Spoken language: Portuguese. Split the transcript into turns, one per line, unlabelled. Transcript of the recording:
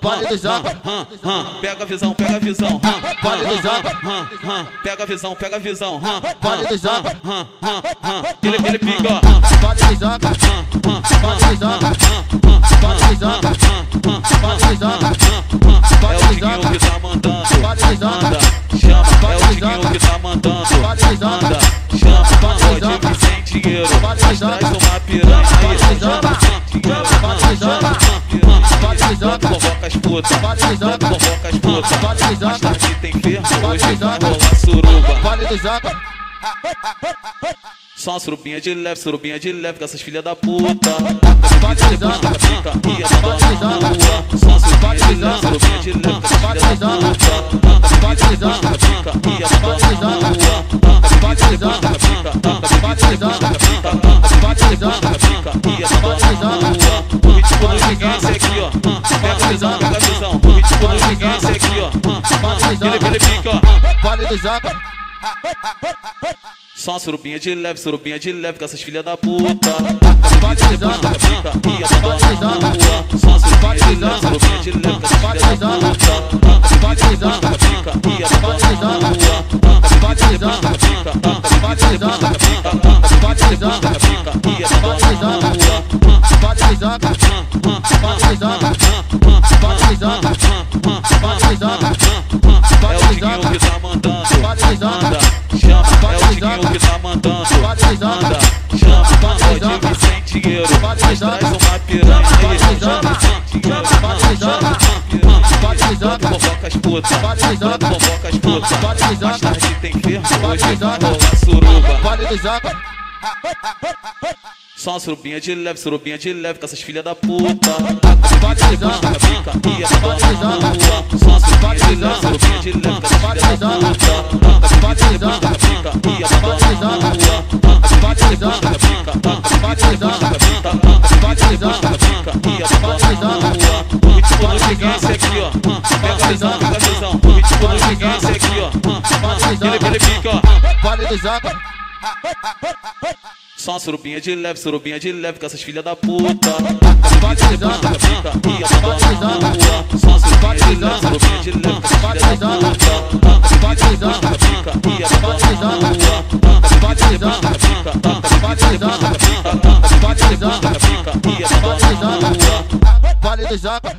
Vale do Jampa,
Pega a visão, pega a visão.
vale do Jampa,
Pega a visão, pega a visão.
vale do Jampa,
Ele, ele pica,
vale do Jampa, vale do Jampa, vale do Jampa, vale do Jampa,
ó. É
vale
o
do Jampa,
Tiquinho que tá mandando.
vale do
Manda, chama.
Jampa,
É o Tiquinho que tá mandando. Manda, chama. Pode vir sem dinheiro. Mas traz uma piranha aí. Chama, chama, chama. Convoca as putas, convoca as putas. Mas tarde tem ferro, hoje rola suruba.
vale do Jampa.
Só uma surubinha de leve, surubinha de leve com essas filhas da puta.
Vale
Depois
do
da
Jampa,
pica e a dona na rua. Só uma surubinha de leve, surubinha de leve com essas filhas da puta. Depois da pica e a dona na rua. Depois da pica, depois da pica, depois da pica e a dona na rua. O ritmo do Miguel é esse aqui, ó. Pega a visão, pega a visão. O ritmo do Miguel é esse aqui, ó. Ele, ele pica, ó.
Vale do Jampa,
Só uma surubinha de leve, surubinha de leve com essas filhas da puta.
vale do Jampa,
Só uma surubinha de leve, surubinha de leve com essas filhas da puta.
vale do Jampa,
É o
vale do Jampa, vale do Jampa, vale do Jampa, vale do Jampa, vale do
Tiquinho
Jampa,
que tá mandando. Manda, chama. É o Tiquinho que tá mandando. Manda, chama. Pode vir sem dinheiro. Mas traz uma piranha aí. Chama, chama, chama, chama. Convoca as putas.
vale do Jampa,
Convoca as putas.
vale do
Mais
Jampa,
tarde tem ferro, hoje rola suruba.
vale do Jampa,
Só uma surubinha de leve, surubinha de leve com essas filhas da puta.
vale do Jampa,
E a dona na rua. Só uma surubinha de leve, surubinha de leve com essas filhas da puta.
vale do Jampa,
E a dona na rua.
vale do Jampa, vale do Jampa, vale do Jampa,
E a dona na rua. O ritmo do Miguel é esse aqui, ó. Pega a visão, pega a visão. O ritmo do Miguel é esse aqui, ó. Ele, ele fica, ó.
vale do Jampa,
Só uma surubinha de leve, surubinha de leve com essas filhas da puta.
vale do Jampa,
E a dona na rua. Só uma surubinha de leve, surubinha de leve com essas filhas da puta.
vale do Jampa,
E a dona na rua.
vale do Jampa, vale do Jampa, vale do Jampa,
E a dona na rua.
vale do Jampa.